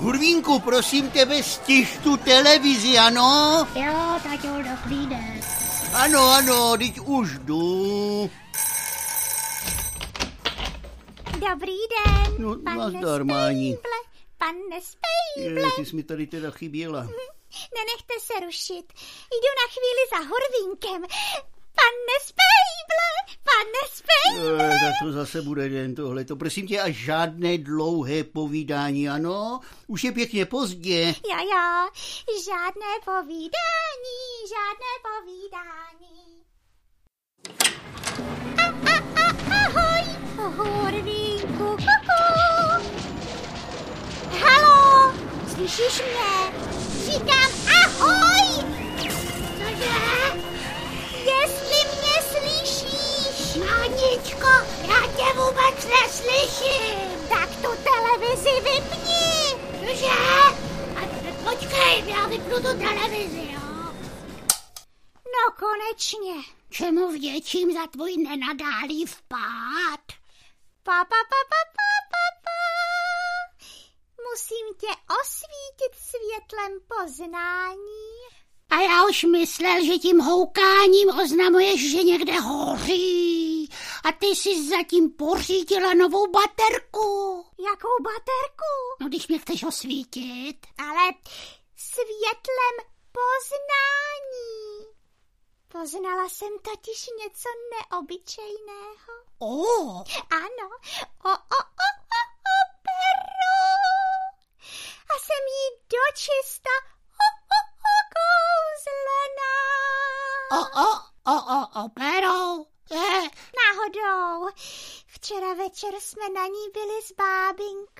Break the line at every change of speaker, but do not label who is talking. Hurvínku, prosím tebe, stiž tu televizi, ano?
Jo, taťo, dobrý den.
Ano, ano, teď už jdu.
Dobrý den,
No,
pane
nazdar, Máni.
Spejble, pane Spejble.
Je, ty jsi mi tady teda chyběla.
Nenechte se rušit. Jdu na chvíli za Horvínkem. Pane Spejble, pane Spejble.
E, tak to zase bude den tohle. To prosím tě, a žádné dlouhé povídání, ano? Už je pěkně pozdě.
Jo, jo, žádné povídání, žádné povídání. A, a, a, ahoj, Horvínku, kuku. Halo, slyšíš mě? Říkám ahoj. Cože? Jestli mě slyšíš? Máničko, já tě vůbec neslyším. Tak tu televizi vypni. Cože? A počkej, já vypnu tu televizi, jo. No konečně.
Čemu vděčím za tvůj nenadálý vpád?
Pa, pa, pa, pa, pa, pa, pa. Musím tě osvítit světlem poznání.
A já už myslel, že tím houkáním oznamuješ, že někde hoří. A ty jsi zatím pořídila novou baterku.
Jakou baterku?
No když mě chceš osvítit.
Ale světlem poznání. Poznala jsem totiž něco neobyčejného.
O,
Ano, o, o, o, o, o peru. A jsem jí dočista o, o, o, kouzlená.
o, o, o, o, Eh, o, perou. Je,
Náhodou. Včera večer jsme na ní byli s bábinkou.